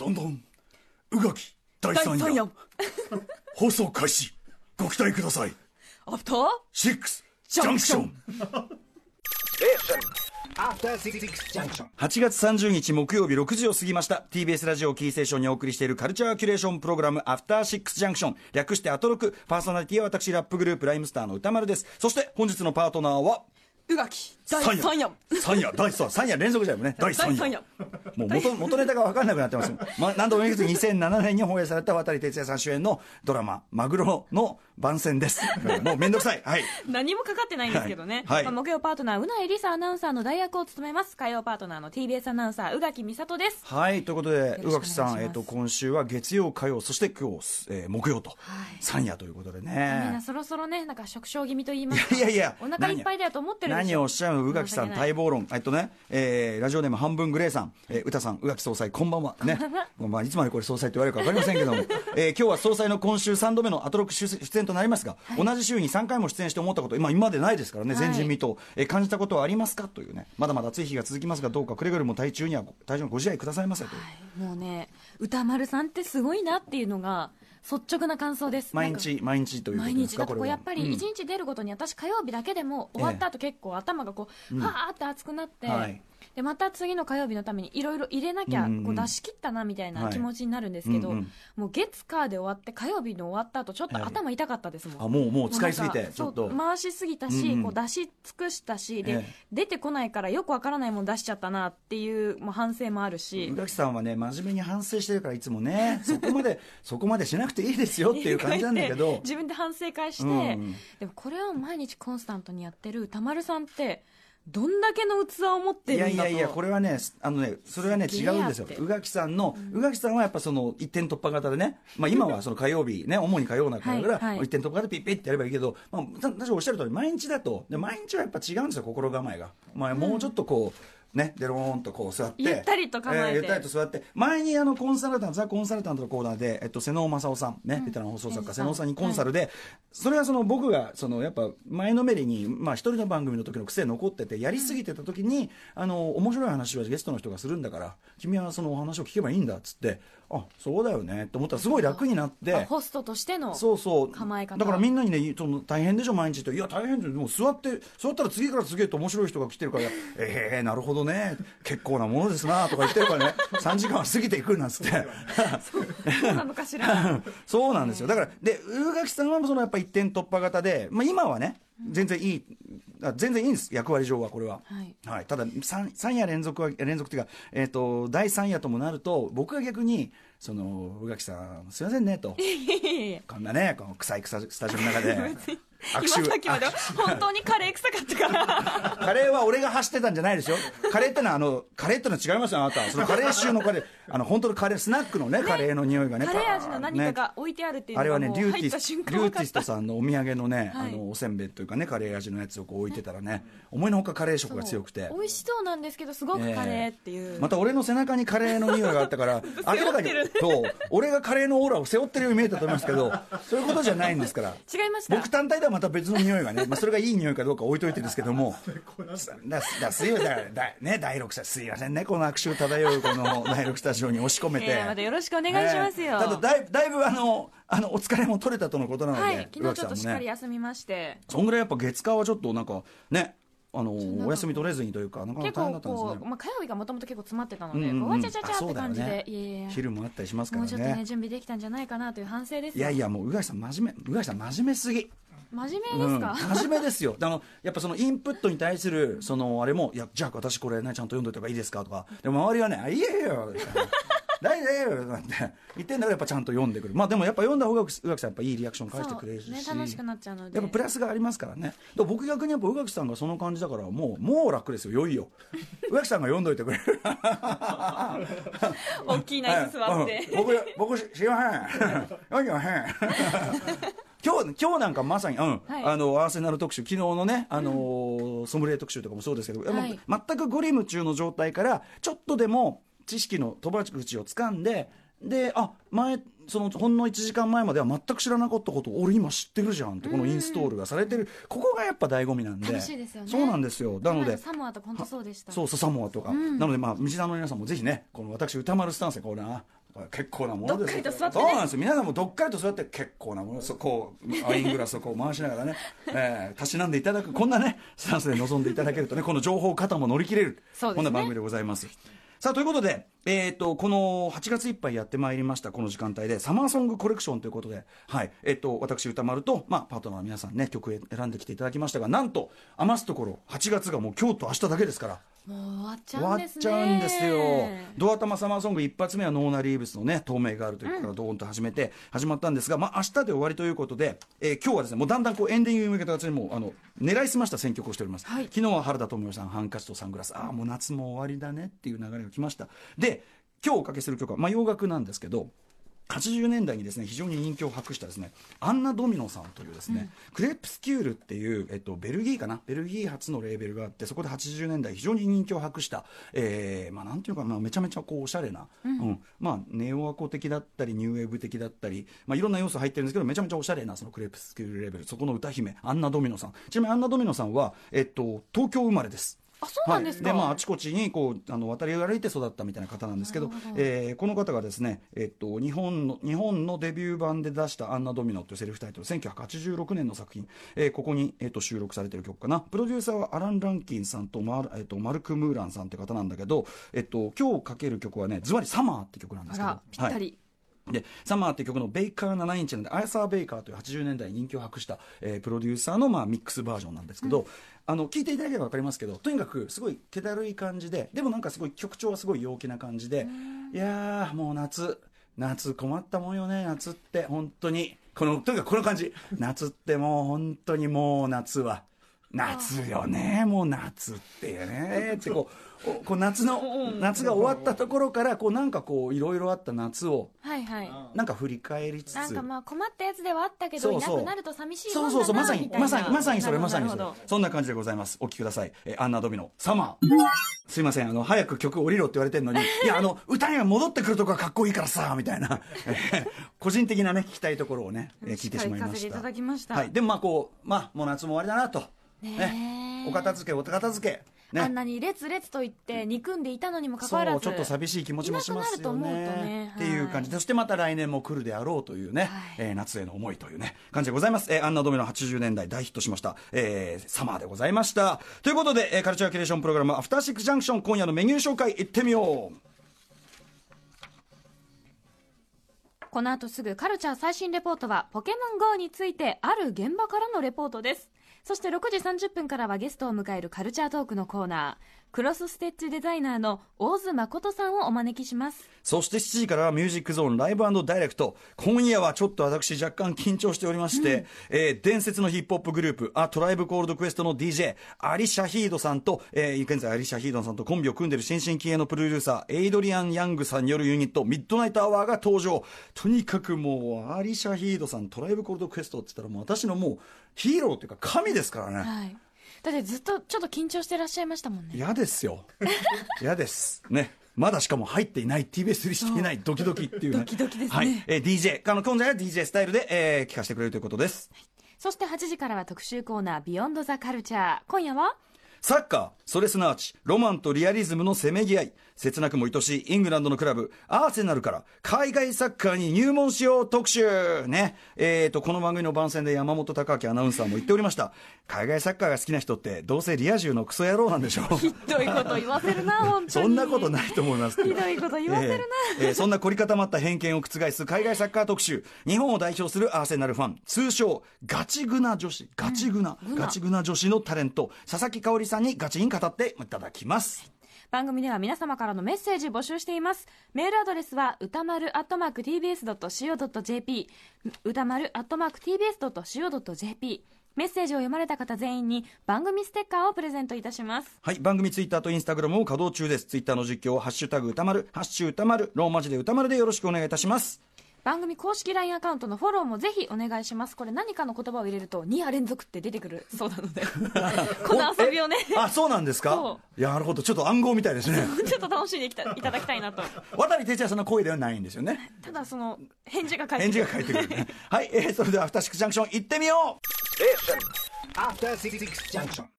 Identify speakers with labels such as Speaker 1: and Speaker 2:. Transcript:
Speaker 1: どんどん宇垣第
Speaker 2: 第
Speaker 1: 3
Speaker 2: 3
Speaker 1: 夜
Speaker 2: 夜
Speaker 1: 放送開始ご期待ください
Speaker 2: アフター
Speaker 1: 6ジ
Speaker 2: ジ
Speaker 1: ャ
Speaker 2: ャ
Speaker 1: ンク
Speaker 2: ンク
Speaker 1: シ
Speaker 2: シ
Speaker 1: ョ
Speaker 2: ョ
Speaker 1: ン
Speaker 2: ン
Speaker 3: After Six Junction.
Speaker 1: 8月30日木曜日6時を過ぎました TBS ラジオキーステーションにお送りしているカルチャーキュレーションプログラム「アフターシックスジャンクション」略して「アトロク」パーソナリティは私ラップグループライムスターの歌丸ですそして本日のパートナーは
Speaker 2: 宇垣第3夜
Speaker 1: 3夜第3夜連続じゃんね第3
Speaker 2: 第三
Speaker 1: 夜
Speaker 2: 夜
Speaker 1: もう元元ネタが分かんなくなってます、ま、 何度も言うけど2007年に放映された渡哲也さん主演のドラマ「マグロの番宣」です もうめんどくさいはい
Speaker 4: 何もかかってないんですけどね、
Speaker 1: はいはい
Speaker 4: まあ木曜パートナーうなえりさアナウンサーの代役を務めます火曜パートナーの TBS アナウンサー宇垣美里です
Speaker 1: はいということで
Speaker 4: よ
Speaker 1: 宇
Speaker 4: ろしくお願い
Speaker 1: 垣
Speaker 4: し
Speaker 1: さ
Speaker 4: ます
Speaker 1: ん、えっと今週は月曜火曜そして今日、えー木曜と、三夜ということで
Speaker 4: みんな
Speaker 1: ね
Speaker 4: そろそろねなんか食傷気味と言いますか
Speaker 1: いやいや
Speaker 4: お腹いっぱいだと思ってるでし
Speaker 1: 何
Speaker 4: ょ
Speaker 1: をおっしゃるの宇垣さん
Speaker 4: 申し訳ない
Speaker 1: 待望論えっとね、えーラジオネーム半分グレーさん、えー、歌さん宇垣総裁こんばんはね まあいつまでこれ総裁って言われるか分かりませんけども、 えー今日は総裁の今週3度目のアトロック出演となりますが、同じ週に3回も出演して思ったこと今今までないですからね
Speaker 4: はい
Speaker 1: 前人未到、えー感じたことはありますかというねまだまだ暑い日が続きますがどうかくれぐれも体調には体調のご自愛くださいませという。
Speaker 4: はいもうね歌丸さんってすごいなっていうのが率直な感想です
Speaker 1: 毎日毎日ということ
Speaker 4: 毎
Speaker 1: です
Speaker 4: 日
Speaker 1: か
Speaker 4: だとこ
Speaker 1: れ
Speaker 4: う
Speaker 1: は
Speaker 4: やっぱり
Speaker 1: うん
Speaker 4: 1日出るごとに私火曜日だけでも終わった後結構頭がこうファーって熱くなって、
Speaker 1: はい
Speaker 4: でまた次の火曜日のためにいろいろ入れなきゃ
Speaker 1: うんうん
Speaker 4: こう出し切ったなみたい
Speaker 1: は
Speaker 4: ない気持ちになるんですけど、
Speaker 1: うんうん
Speaker 4: もう月火で終わって火曜日の終わった後ちょっと頭痛かったですもん、
Speaker 1: あもうもう使いすぎ
Speaker 4: もう
Speaker 1: て
Speaker 4: なんか
Speaker 1: ちょっと
Speaker 4: そう回しすぎたし、
Speaker 1: うんうん
Speaker 4: こう出し尽くしたしで、
Speaker 1: ええ
Speaker 4: 出てこないからよくわからないもん出しちゃったなっていうもう反省もあるし
Speaker 1: 宇垣さんはね真面目に反省してるからいつも ねそこまでそこまでしなくていいですよっていう感じなんだけど
Speaker 4: 自分で反省会して、
Speaker 1: うんうん
Speaker 4: でもこれを毎日コンスタントにやってる歌丸さんってどんだけの器を持って
Speaker 1: いや
Speaker 4: るん
Speaker 1: い
Speaker 4: だ
Speaker 1: や
Speaker 4: と
Speaker 1: いやこれはねすあのねそれはね
Speaker 4: す
Speaker 1: 違
Speaker 4: げえや
Speaker 1: うんですよ
Speaker 4: って
Speaker 1: 宇垣さんの宇垣さんはやっぱその一点突破型でねまあ今はその火曜日ね主に火曜だから
Speaker 4: はいはい
Speaker 1: 一点突破型でピッピッってやればいいけどまあた確かにおっしゃる通り毎日だとで毎日はやっぱ違うんですよ心構えがまあもうちょっとこうね、でろーんとこう座って
Speaker 4: ゆったりと構
Speaker 1: ー
Speaker 4: えて
Speaker 1: ゆったりと座って前にあのコンサルタントザ・コンサルタントのコーナーで、えっと、瀬能正夫さんね、ベテラン放送作家瀬能さんにコンサルで、それはその僕がそのやっぱ前のめりに、まあ、一人の番組の時の癖残っててやりすぎてた時に、あの面白い話はゲストの人がするんだから君はそのお話を聞けばいいんだっつってあそうだよねって思ったらすごい楽になって。
Speaker 4: あホストとしての
Speaker 1: そうそう
Speaker 4: 構え方
Speaker 1: だからみんなにねその大変でしょ毎日といや大変ででも座って座ったら次から次へと面白い人が来て るからええなるほどね結構なものですなとか言ってるから ね3時間は過ぎていくなんつって
Speaker 4: そうなのかしら
Speaker 1: そうなんですよだからで宇垣さんはそのやっぱ一点突破型で、まあ、今はね全然いいあ全然いいんです役割上はこれは、
Speaker 4: はい
Speaker 1: ただ 3, 三夜連続は連続というか、えー、と第3夜ともなると僕は逆にその宇垣さんすいませんねと。こんなね、この臭い草スタジオの 中で
Speaker 4: 今
Speaker 1: 握
Speaker 4: さっき
Speaker 1: 手
Speaker 4: まで
Speaker 1: あ
Speaker 4: 本当にカレー臭かったから
Speaker 1: カレーは俺が走ってたんじゃないですよ。カレーってのはあのカレーってのは違いますよあなた。そのカレー臭のカレー、あの本当のカレースナックのねカレーの匂いがね。
Speaker 4: カレー味
Speaker 1: パー
Speaker 4: の
Speaker 1: ッと
Speaker 4: 何
Speaker 1: ね
Speaker 4: かが置いてあるっていう
Speaker 1: あれ
Speaker 4: の
Speaker 1: は
Speaker 4: が
Speaker 1: ね
Speaker 4: も
Speaker 1: リュ
Speaker 4: う
Speaker 1: ーテ
Speaker 4: 入
Speaker 1: ィ
Speaker 4: った
Speaker 1: スリ
Speaker 4: 瞬
Speaker 1: ュ
Speaker 4: 間
Speaker 1: ー
Speaker 4: 分
Speaker 1: テ
Speaker 4: か
Speaker 1: ィ
Speaker 4: っ
Speaker 1: スト
Speaker 4: た
Speaker 1: さんのお土産のね、
Speaker 4: はい
Speaker 1: あのおせんべいというかねカレー味のやつをこう置いてたらね、思いのほかカレー色が強くて
Speaker 4: そう美味しそうなんですけどすごくカレーっていう、
Speaker 1: また俺の背中にカレーの匂いがあったから 明らかにと俺がカレーのオーラを背負ってるように見えたと思いますけどそういうことじゃないんです から
Speaker 4: 違いました
Speaker 1: 僕単体ではまた別の匂いがね、まあ、それがいい匂いかどうか置いといてですけどもさだだすいませんだだね第6社すいませんねこの悪臭漂うこの第6スタジオに押し込めて、
Speaker 4: えーまたよろしくお願いしますよ
Speaker 1: ねただだいだいぶあのあのお疲れも取れたとのことなので、
Speaker 4: はい昨
Speaker 1: 岩
Speaker 4: 日
Speaker 1: 木さ
Speaker 4: ちょっ
Speaker 1: ん
Speaker 4: と
Speaker 1: も
Speaker 4: しっかり
Speaker 1: ね
Speaker 4: 休みまして、
Speaker 1: そんぐらいやっぱ月火はちょっとなんかねあのお休み取れずにというかなかな
Speaker 4: 結
Speaker 1: か大変だっ
Speaker 4: 構
Speaker 1: たんです
Speaker 4: こう、
Speaker 1: ね
Speaker 4: まあ、火曜日がもともと結構詰まってたの
Speaker 1: うん
Speaker 4: で、
Speaker 1: うんうん
Speaker 4: こうわちゃちゃち
Speaker 1: あ
Speaker 4: ゃ
Speaker 1: そ
Speaker 4: っ
Speaker 1: う
Speaker 4: て
Speaker 1: だよ
Speaker 4: 感
Speaker 1: ね
Speaker 4: じで、いやいやいや
Speaker 1: 昼もあったりしますから
Speaker 4: もう
Speaker 1: ね
Speaker 4: ちょっとね準備できたんじゃないかなという反省です
Speaker 1: い
Speaker 4: よ
Speaker 1: やいやもう宇垣さん真面目宇垣さん真面目すぎ
Speaker 4: 真面目ですか、
Speaker 1: うん、真面目ですよあのやっぱそのインプットに対するそのあれも「いやじゃあ私これねちゃんと読んどいた方がいいですか?」とかでも周りはね「あいいえいいよ」みたいな「大丈夫」なんて言ってんだからやっぱちゃんと読んでくるまあでもやっぱ読んだ方が宇垣さんやっぱいいリアクション返してくれるし、
Speaker 4: そうね楽しくなっちゃうので
Speaker 1: やっぱプラスがありますからねだから僕逆にやっぱ宇垣さんがその感じだからもうもう楽ですよよいよ宇垣さんが読んどいてくれる
Speaker 4: 大きいナイス座って、
Speaker 1: うん僕僕し知り ません読んでません今日今日なんかまさに、うん
Speaker 4: はい
Speaker 1: あのアーセナル特集昨日のね、あのーソムリエ特集とかもそうですけど、でも
Speaker 4: はい
Speaker 1: 全くゴリム中の状態からちょっとでも知識の飛ばし口を掴んでであ前そのほんの1時間前までは全く知らなかったことを俺今知ってるじゃんってこのインストールがされてるここがやっぱ醍醐味なんで
Speaker 4: 楽しいですよね
Speaker 1: そうなんですよなの
Speaker 4: 前
Speaker 1: で
Speaker 4: のサモアとか本当そうでした
Speaker 1: そうそうサモアとか、なのでまあ道田の皆さんもぜひねこの私歌丸スタンスでこうな結構なものですよ
Speaker 4: どっかりと座ってね
Speaker 1: そうなんですよ皆さんもどっかりと座って結構なものそこをワイングラスをこう回しながら ね、えー、たしなんでいただくこんなねスタンスで臨んでいただけるとねこの情報型も乗り切れる
Speaker 4: そうですね
Speaker 1: こんな番組でございますさあということで、えー、とこの8月いっぱいやってまいりましたこの時間帯でサマーソングコレクションということで、はいえー、と私歌丸と、まあ、パートナーの皆さんね曲選んできていただきましたがなんと余すところ8月がもう今日と明日だけですから
Speaker 4: もう終わっち
Speaker 1: 終
Speaker 4: ゃう
Speaker 1: わ
Speaker 4: んで
Speaker 1: っ
Speaker 4: すね
Speaker 1: ちゃうんですよ。ドアタマサマーソング一発目はノーナ・リーブスのね、透明があるという曲からドーンと始めて、始まったんですが、まあ明日で終わりということで、えー今日はですね、もうだんだんこうエンディングに向けた形にもう、あの、狙いすました選曲をしております。
Speaker 4: はい
Speaker 1: 昨日は原田智代さん、ハンカチとサングラス、ああ、もう夏も終わりだねっていう流れが来ました。で、今日おかけする曲は、まあ洋楽なんですけど、80年代にですね非常に人気を博したですねアンナ・ドミノさんというですね、クレプスキュールっていう、えっと、ベルギーかなベルギー発のレーベルがあってそこで80年代非常に人気を博した、えーまあ、なんていうのかなめちゃめちゃこうおしゃれな、うんまあ、ネオアコ的だったりニューウェーブ的だったり、まあ、いろんな要素入ってるんですけどめちゃめちゃおしゃれなそのクレプスキュールレーベルそこの歌姫アンナ・ドミノさんちなみにアンナ・ドミノさんは、えっと、東京生まれです。
Speaker 4: あそうなんですか、
Speaker 1: はい、でまああちこちにこうあの渡り歩いて育ったみたいな方なんですけどえーこの方がですね、えっと、日本の日本のデビュー版で出した「アンナ・ドミノ」というセルフタイトル1986年の作品、えーここに、えっと、収録されてる曲かなプロデューサーはアラン・ランキンさんとマ,、えっと、マルク・ムーランさんって方なんだけど、えっと、今日かける曲はねズバリサマー」って曲なんで
Speaker 4: あ
Speaker 1: すけど
Speaker 4: らぴった
Speaker 1: はい
Speaker 4: り、
Speaker 1: で、サマーっていう曲のベイカー7インチなんで、アーサー・ベイカーという80年代に人気を博した、えープロデューサーの、まあ、ミックスバージョンなんですけど、あの、聞いていただければわかりますけど、とにかくすごい気だるい感じで、でもなんかすごい曲調はすごい陽気な感じで、いやー、もう夏、夏困ったもんよね、夏って、本当に。この、とにかくこの感じ。夏ってもう本当にもう夏は。夏よね、もう夏ってね、ってこう、おこう夏の、夏が終わったところから、こうなんかこう、いろいろあった夏を、
Speaker 4: はいはい
Speaker 1: なんか振り返りつつ
Speaker 4: なんかまあ困ったやつではあったけど
Speaker 1: そうそう
Speaker 4: いなくなると寂しい
Speaker 1: そ
Speaker 4: も
Speaker 1: うんそう
Speaker 4: だ
Speaker 1: そうまさ
Speaker 4: なみ
Speaker 1: に
Speaker 4: たいな
Speaker 1: まさにまさにそれまさにそれ
Speaker 4: なるほど
Speaker 1: そんな感じでございますお聞きください、えーアンナ・ドミノ「サマー」すいませんあの早く曲降りろって言われてる のにいやあの歌には戻ってくるとこがかっこいいからさみたいな えー個人的なね聞きたいところをね、えー聞いてしまい
Speaker 4: し
Speaker 1: ま
Speaker 4: っかり聞かせて
Speaker 1: し
Speaker 4: いた
Speaker 1: た
Speaker 4: だきました
Speaker 1: はい、でもまあこうまあもう夏も終わりだなと
Speaker 4: ねえ
Speaker 1: お片付けお片付けね
Speaker 4: あんなに列列と言って憎んでいたのにもかかわら
Speaker 1: そ
Speaker 4: ず
Speaker 1: うちょっと寂しい気持ちもしますよね
Speaker 4: いなくなると思うとね
Speaker 1: っていう感じ、そしてまた来年も来るであろうというね、えー夏への思いというね感じでございます、えー、アンナ・ドミノ80年代大ヒットしました、えーサマーでございましたということで、えーカルチャーキュレーションプログラム「アフターシックスジャンクション」今夜のメニュー紹介いってみよう
Speaker 4: この後すぐカルチャー最新レポートはポケモン GO についてある現場からのレポートです。そして6時30分からはゲストを迎えるカルチャートークのコーナー、クロスステッチデザイナーの大津誠さんをお招きします。
Speaker 1: そして7時からはミュージックゾーンライブダイレクト。今夜はちょっと私若干緊張しておりまして、えー伝説のヒップホップグループ、アトライブコールドクエストの DJ、アリ・シャヒードさんと、えー現在アリ・シャヒードさんとコンビを組んでいる新進気鋭のプロデューサー、エイドリアン・ヤングさんによるユニット、ミッドナイト・アワーが登場。とにかくもう、アリ・シャヒードさん、トライブコールドクエストって言ったらもう私のもうヒーローというか神ですからね。
Speaker 4: はい。だってずっとちょっと緊張してらっしゃいましたもんね。
Speaker 1: 嫌です よ嫌ですねまだしかも入っていない TBS 入りしていないドキドキっていうねドキドキですね、はいえー、DJ あの今回は DJ スタイルで、えー聞かせてくれるということです
Speaker 4: そして8時からは特集コーナービヨンドザカルチャー。今夜は
Speaker 1: サッカーそれすなわちロマンとリアリズムのせめぎ合い切なくも愛しいイングランドのクラブアーセナルから海外サッカーに入門しよう特集ねえー、とこの番組の番宣で山本隆明アナウンサーも言っておりました海外サッカーが好きな人ってどうせリア充のクソ野郎なんでしょう
Speaker 4: ひどいこと言わせるな、本当に。
Speaker 1: そんなこと
Speaker 4: い。
Speaker 1: ないと思います。
Speaker 4: ひどいこと言わせるな
Speaker 1: えーえーそんな凝り固まった偏見を覆す海外サッカー特集。日本を代表するアーセナルファン、通称、ガチグナ女子、ガチグナ、ガチグナ女子のタレント、佐々木香織さんにガチに語っていただきます。
Speaker 4: 番組では皆様からのメッセージ募集していますメールアドレスは歌丸アットマーク TBS.CO.JP 歌丸アットマーク TBS.CO.JP メッセージを読まれた方全員に番組ステッカーをプレゼントいたします
Speaker 1: はい、番組ツイッターとインスタグラムを稼働中です。ツイッターの実況をハッシュタグ歌丸、ハッシュ歌丸、ローマ字で歌丸でよろしくお願いいたします。
Speaker 4: 番組公式 LINE アカウントのフォローもぜひお願いしますこれ何かの言葉を入れると2夜連続って出てくるそうな のでこの遊びをね
Speaker 1: おえあ、そうなんですか
Speaker 4: そ
Speaker 1: いや、なるほど。ちょっと暗号みたいですね。
Speaker 4: ちょっと楽しんでいきたいただきたいなと
Speaker 1: 渡哲也さんの声ではないんですよね。
Speaker 4: ただその返事が返って
Speaker 1: 返事が返ってくるね。はい、えーそれではアフターシックスジャンクション行ってみよう
Speaker 3: After Six Junction.